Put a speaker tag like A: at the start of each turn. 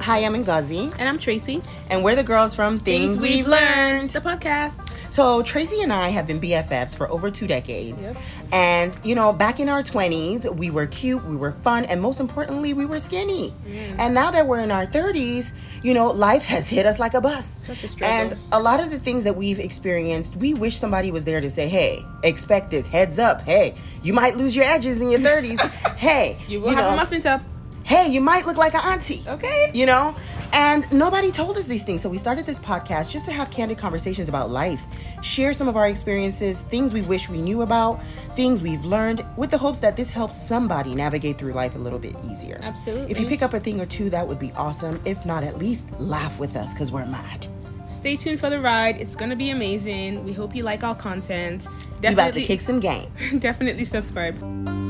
A: Hi, I'm Ngazi,
B: And I'm Tracy.
A: and we're the girls from Things, We've Learned.
B: The podcast.
A: So, Tracy and I have been BFFs for over two decades.
B: Yep.
A: And, you know, back in our 20s, we were cute, we were fun, and most importantly, we were skinny. And now that we're in our 30s, you know, life has hit us like a bus.
B: Such a struggle.
A: And a lot of the things that we've experienced, we wish somebody was there to say, hey, expect this, heads up, hey, you might lose your edges in your 30s, hey,
B: You will have
A: know,
B: a muffin top.
A: hey, you might look like an auntie.
B: Okay.
A: You know? And nobody told us these things. So we started this podcast just to have candid conversations about life, share some of our experiences, things we wish we knew about, things we've learned, with the hopes that this helps somebody navigate through life a little bit easier.
B: Absolutely.
A: If you pick up a thing or two, that would be awesome. If not, at least laugh with us because we're mad.
B: Stay tuned for the ride. It's gonna be amazing. We hope you like our content.
A: We about to
B: Definitely
A: kick some game.
B: definitely subscribe.